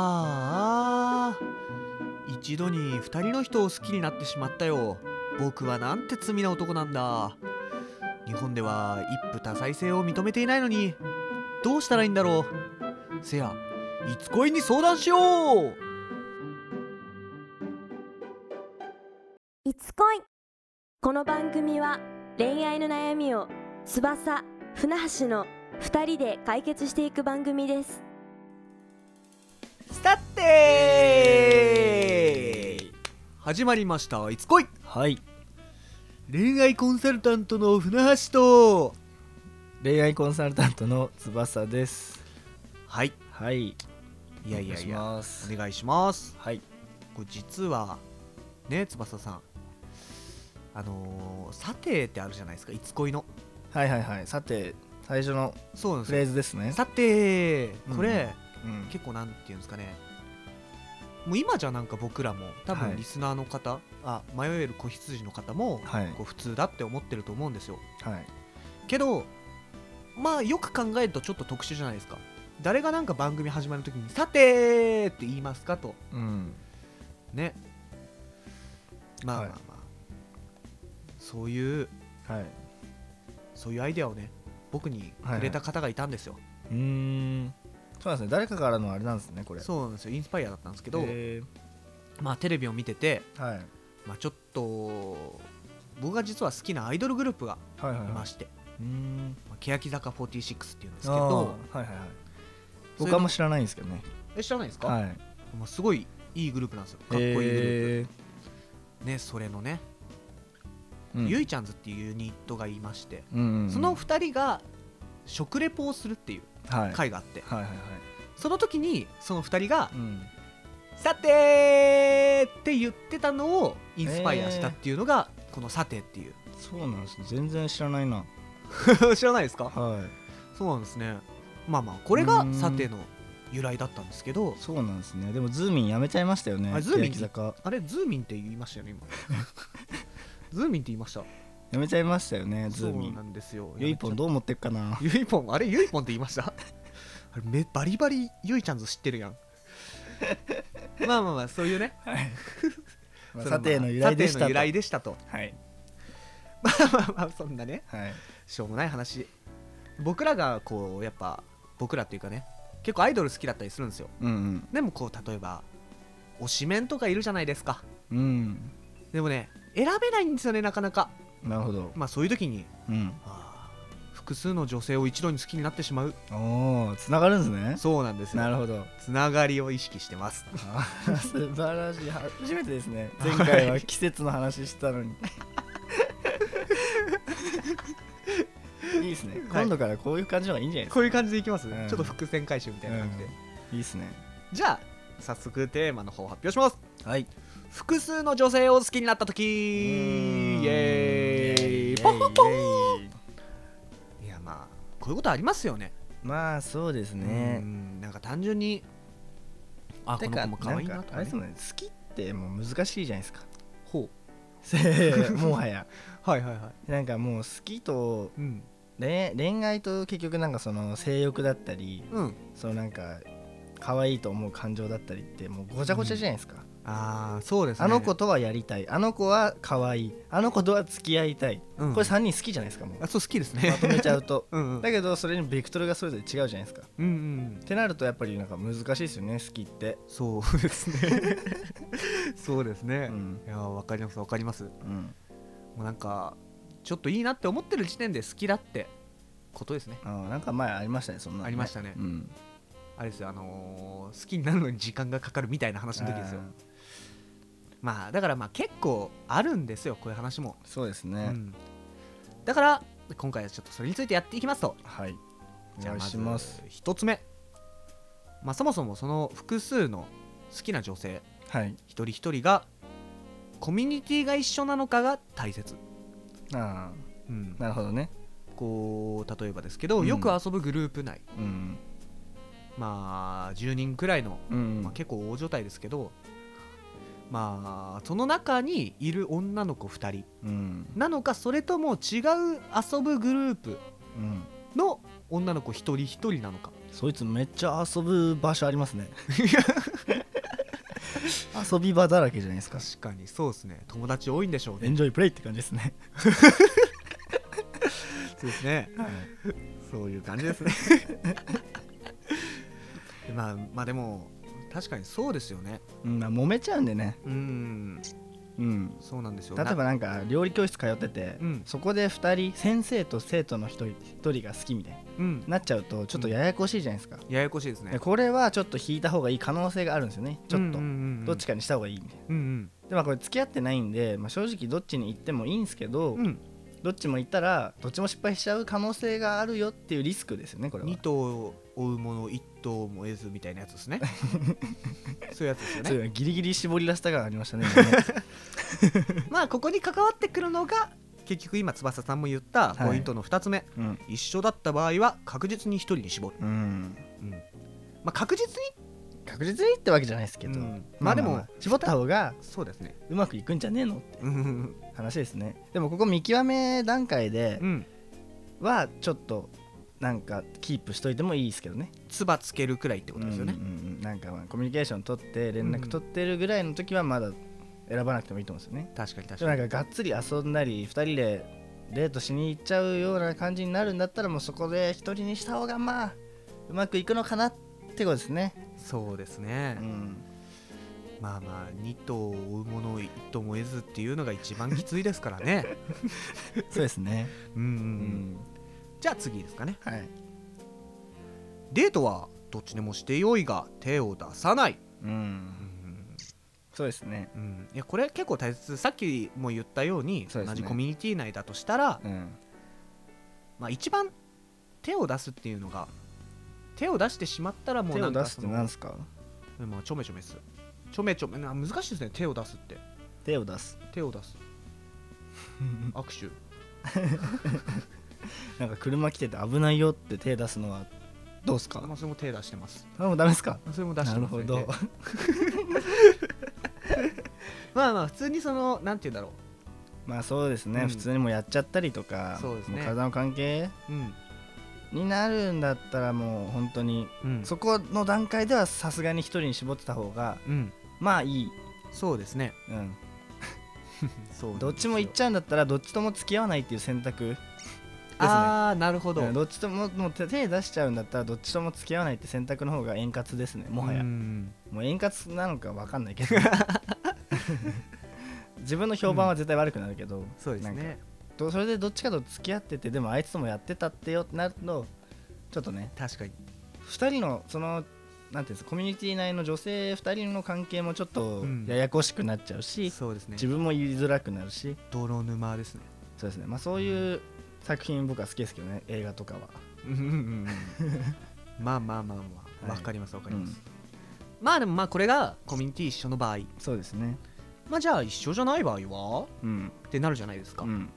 あーあー一度に2人の人を好きになってしまったよ僕はなんて罪な男なんだ日本では一夫多妻制を認めていないのにどうしたらいいんだろうせやいつ恋に相談しよういつ恋この番組は恋愛の悩みを翼船橋の2人で解決していく番組ですスタッテー始まりました「いつ恋はい」恋愛コンサルタントの船橋と恋愛コンサルタントの翼ですはいはいいやいやいやお願いしまおす願いしますはいこれ実はね翼さんあのー、さてってあるじゃないですかいつ恋のはいはいはいさて最初のそうなんフでレーすズですねよさてうんこれ、うん結構なんていうんですかねもう今じゃなんか僕らも多は分いリスナーの方、あ迷える子羊の方も、はいこう普通だって思ってると思うんですよはいけどまあよく考えるとちょっと特殊じゃないですか誰がなんか番組始まるときに「さてー!」って言いますかとうんねまあまあはいまあ、そういうはいそういうアイデアをね僕にくれた方がいたんですよ、うーんそうなんですね誰かからのあれなんですねこれそうなんですよインスパイアだったんですけけど、えまあテレビを見てて、ーはい、まあ、ちょっと僕が実は好きなアイドルグループがはいはいいはいまして、うーんまあ、欅坂46っていうんですあけーどはいはいはいそれ僕はあんま知らないんですけどねえ知らないですか、はいもうすごいいいグループなんですよかっこいいグループ、えねそれのねーうんゆいちゃんズっていうユニットがいまして、うんうんうんその2人が食レポをするっていうはいはい回があって、はいはいその時にその2人がうん「さてー!」って言ってたのをインスパイアしたっていうのが、この「さて」って いうそうなんですね全然知らないな知らないですかはそうなんですねまあまあこれがうー「んさて」の由来だったんですけどいそうなんですねでもズーミンやめちゃいましたよねあズーミン欅坂あれズーミンって言いましたよね 今ズーミンって言いましたやめちゃいましたよねズそーミうンなんですよゆいぽんどう思ってっかなゆいぽんあれゆいぽんって言いました あれめバリバリゆいちゃんズ知ってる やんまあまあまあそういうね まあそのさてまあの由来でしさてたのと由来でしたとはいまあ まあまあそんなねはいしょうもない話僕らがこうやっぱ僕らっていうかね結構アイドル好きだったりするんですようんでもこう例えば推しメンとかいるじゃないですかうんうんでもね選べないんですよねなかなかなるほどまあそういう時にうんあー複数の女性を一度に好きになってしまうおおつながるんですねそうなんですよなる ほどつながりを意識して ますあー素晴らしい初めてですね前回は季節の話し たのにいいですねはい今度からこういう感じの方がいいんじゃないですこういう感じでいきます、うんちょっと伏線回収みたいな感じで、かいいですねじゃあ早速テーマの方を発表しますはい複数の女性を好きになった時イイエーイポンポンいやまあこういうことありますよねまあそうですねうんなんか単純にあこてのか子も可愛いななんとかあか、ねれです、もんね好きってもう難しいじゃないですかほ せ もはやうはいはいはいなんかもう好きとうん恋恋愛と結局なんかその性欲だったりうんそのなんか可愛いと思う感情だったりってもうごちゃごちゃじゃないですか、ああそうですねあの子とはやりたいあの子は可愛いあの子とは付き合いたい、うんこれ3人好きじゃないですかも うあそう好きですねまとめちゃうと うんうんだけどそれにベクトルがそれぞれ違うじゃないですかっうんうんてなるとやっぱりなんか難しいですよね好きってそうです ねそうですね、うんいやーわかりますわかりますもうんうなんかちょっといいなって思ってる時点で好きだってことですねあーなんか前ありましたねそんなのねありましたねうんあれですよあのー好きになるのに時間がかかるみたいな話の時ですよあーまあだからまあ結構あるんですよこういう話も、そうですね、うん、だから今回はちょっとそれについてやっていきますとはいおじゃあ願いまずします1つ目まあそもそもその複数の好きな女性はい一人一人がコミュニティが一緒なのかが大切、あうんあ、なるほどねこう例えばですけど、うんよく遊ぶグループ内うんまあ10人くらいの、うん、まあ、結構大所帯ですけどまあその中にいる女の子2人うんなのかそれとも違う遊ぶグループうんの女の子一人一人なのかそいつめっちゃ遊ぶ場所ありま すね遊び場だらけじゃないですか確かにそうですね友達多いんでしょうねエンジョイプレイって感じですね、そうですねそういう感じですね まあまあでも確かにそうですよねうん、まあ揉めちゃうんでねうんうんそうなんですよ例えばなんか料理教室通ってて、うんそこで2人先生と生徒の1人一人が好きみたいにうんなっちゃうとちょっとややこしいじゃないですか、ややこしいですねでこれはちょっと引いた方がいい可能性があるんですよねちょっと、どっちかかにした方がいいみたいなうんでまあこれ付き合ってないんで、まあ、正直どっちに行ってもいいんですけど、うんうんどっちも行ったらどっちも失敗しちゃう可能性があるよっていうリスクですよねこれは2頭を追うもの1頭も得ずみたいなやつ ですねそういうやつですよそうねいうギリギリ絞り出したがありましたね今 ねまあここに関わってくるのが結局今翼さんも言ったはいポイントの2つ目、うん一緒だった場合は確実に1人に絞る、うんうんまあ確実に確実にってわけじゃないですけど、うんまあでも絞った方がそうですねうまくいくんじゃねえのってうん話ですねでもここ見極め段階でうんはちょっとなんかキープしといてもいいですけどねつばつけるくらいってことですよねうんうんうんなんかまあコミュニケーション取って連絡取ってるぐらいの時はまだ選ばなくてもいいと思うんですよね、確かに確でもかなにんかがっつり遊んだり2人でデートしに行っちゃうような感じになるんだったらもうそこで1人にした方がまあうまくいくのかなってことですね、そうですね、うん、まあまあ2頭を追うものを1頭も得ずっていうのが一番きついですからね そうですね、うん、うんう、うんじゃあ次ですかねはい、デートはどっちでもしてよいが手を出さない、う、うんんそうですねうん、いやこれ結構大切さっきも言ったようにそうで同すねじコミュニティ内だとしたら、うんまあ、一番手を出すっていうのが手を出してしまったらもう手なをん出かすそっての何ですかうんまあちょめちょめですちょめちょめな難しいですね手を出すって手を出す手を 出す握手なんか車来てて危ないよって手出すのはどうですかまあそれも手出してますあもうダメですかそれも出しなてまるすほねどで まあまあ普通にそのなんて言うんだろまあそうですね、うん普通にもうやっちゃったりとかそうですねもう体の関係ううんになるんだったらもう本当に、うんそこの段階ではさすがに一人に絞ってた方がうんまあいい、そうですねうん、そうなんですよどっちも行っちゃうんだったらどっちとも付き合わないっていう選択ですねああなるほど、うんどっちとももう手手出しちゃうんだったらどっちとも付き合わないって選択の方が円滑ですねもはや、うんもう円滑なのか分かんないけ ど自分の評判は絶対悪くなるけど、そうですなんかねどそれでどっちかと付き合っててでもあいつともやってたってよってなるとちょっとね確かに2人のそのなんていうんですかコミュニティ内の女性2人の関係もちょっとうんややこしくなっちゃうし、そうですね自分も言いづらくなるし泥沼です ねそうですねまあそういう作品僕は好きですけどね映画とかはうんうんうんうんまあまあまあまあわ、はいかりますわかります、まあでもまあこれがコミュニティ一緒の場合そうですねまあじゃあ一緒じゃない場合はうんってなるじゃないですか、うん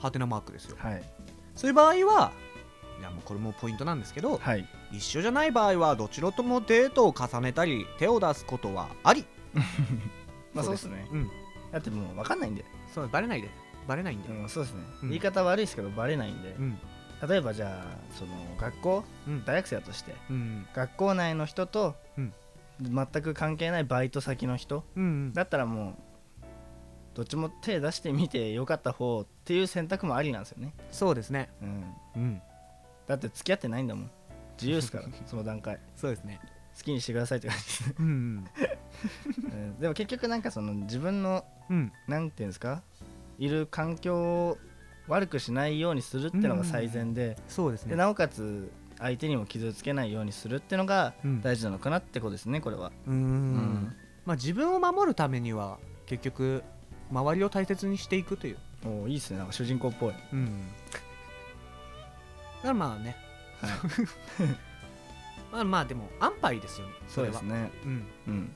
ハテナマークですよはいそういう場合はいやもうこれもポイントなんですけど、はい一緒じゃない場合はどちらともデートを重ねたり手を出すことはありまあそうですねうんだってもう分かんないんで、そうバレないでバレないんでうん、そうですね、うん言い方悪いですけどバレないんでう、ん例えばじゃあその学校うん大学生だとしてうん学校内の人と、うん全く関係ないバイト先の人うんだったらもうどっちも手出してみてよかった方っていう選択もありなんですよね、そうですねうん、うんだって付き合ってないんだもん自 由ですからその段階そうですね好きにしてくださいって感じです、うん うんでも結局なんかその自分のうんなんていうんですかいる環境を悪くしないようにするってのが最善で,、そうですでねなおかつ相手にも傷つけないようにするってのがうん大事なのかなってことですねこれは、うーんうんまあ自分を守るためには結局周りを大切にしていくというおーいいですねなんか主人公っ ぽいうんだからまあね、はいまあまあでも安牌ですよねそれはねうんうん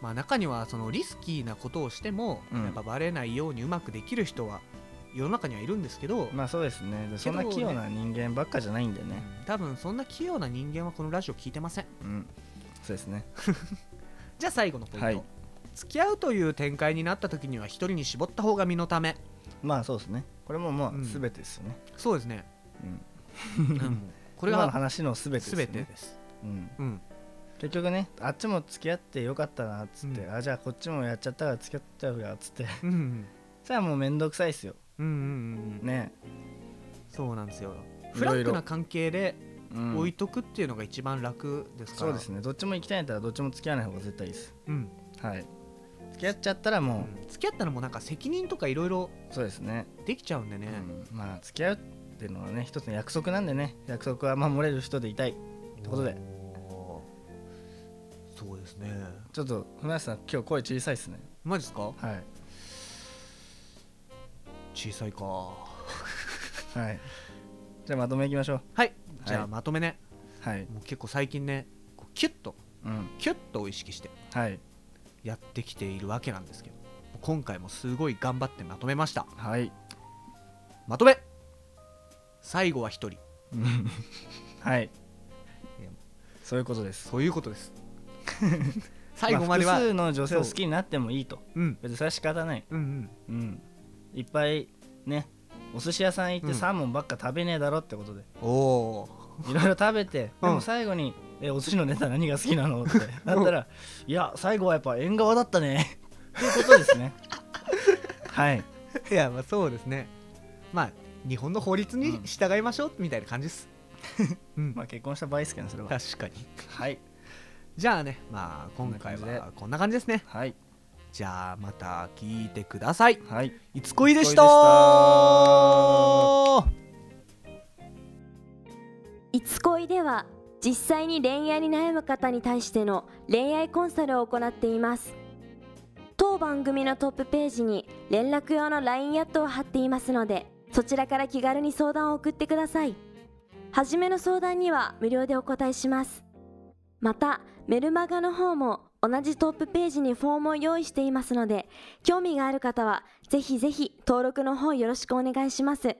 まあ、中にはそのリスキーなことをしても、うんやっぱバレないようにうまくできる人は世の中にはいるんですけど、まあそうですねでそんなけど器用な人間ばっかじゃないんでねうん多分そんな器用な人間はこのラジオ聞いてませんうんそうですねじゃあ最後のポイント、はい付き合うという展開になった時には一人に絞った方が身のためまあそうですねこれももうんう全てですよねそうですね、うん、うん、ここれ今のが話のすべてです、ね、全てです。うん、うん、結局ねあっちも付き合ってよかったなっつって、うあじゃあこっちもやっちゃったから付き合っちゃうからっつって うん、うんじゃあもうめんどくさいっすようんうんうん、ねそうなんですよ。いろいろフランクな関係でうん置いとくっていうのが一番楽ですかそら。うですねどっちも行きたいんだったらどっちも付き合わない方が絶対いいですうん、はい付き合っちゃったらうもん付き合ったらもうなんか責任とかいろいろう、そうですねできちゃうんでね。うん、まあ付き合うっていうのはね一つの約束なんでね約束は守れる人でいたいってことでおー。そうですね。ちょっと船橋さん今日声小さいですねマジですか？はい小さいか。はいじゃあまとめいきましょうはい。じゃあまとめね。はいもう結構最近ね、こうキュッとうんキュッとを意識してはいやってきているわけなんですけど、今回もすごい頑張ってまとめました。はいまとめ。最後は一人。うんはいいやそういうことですそういうこと です。最後まであは、複数の女性を好きになってもいいとうん別にそれは仕方ないうんうんうんいっぱいねお寿司屋さん行っうてんサーモンばっか食べねえだろってことで、おおいろいろ食べて、うんでも最後に「えお寿司のネタ何が好きなの?」ってなったら「いや最後はやっぱ縁側だったね」っていうことですね はいー いやまあそうですねまあ日本の法律にうん従いましょうみたいな感じ です、うんまあ結婚した場合ですけどねそれは確かにはいじゃあねまあ今回はこんな感じですねはいじゃあまた聞いてくださいはいいつこいでしいつこいでいつした恋では実際に恋愛に悩む方に対しての恋愛コンサルを行っています当番組のトップページに連絡用の LINE アットを貼っていますのでそちらから気軽に相談を送ってください初めの相談には無料でお答えしますまたメルマガの方も同じトップページにフォームを用意していますので興味がある方はぜひぜひ登録の方よろしくお願いします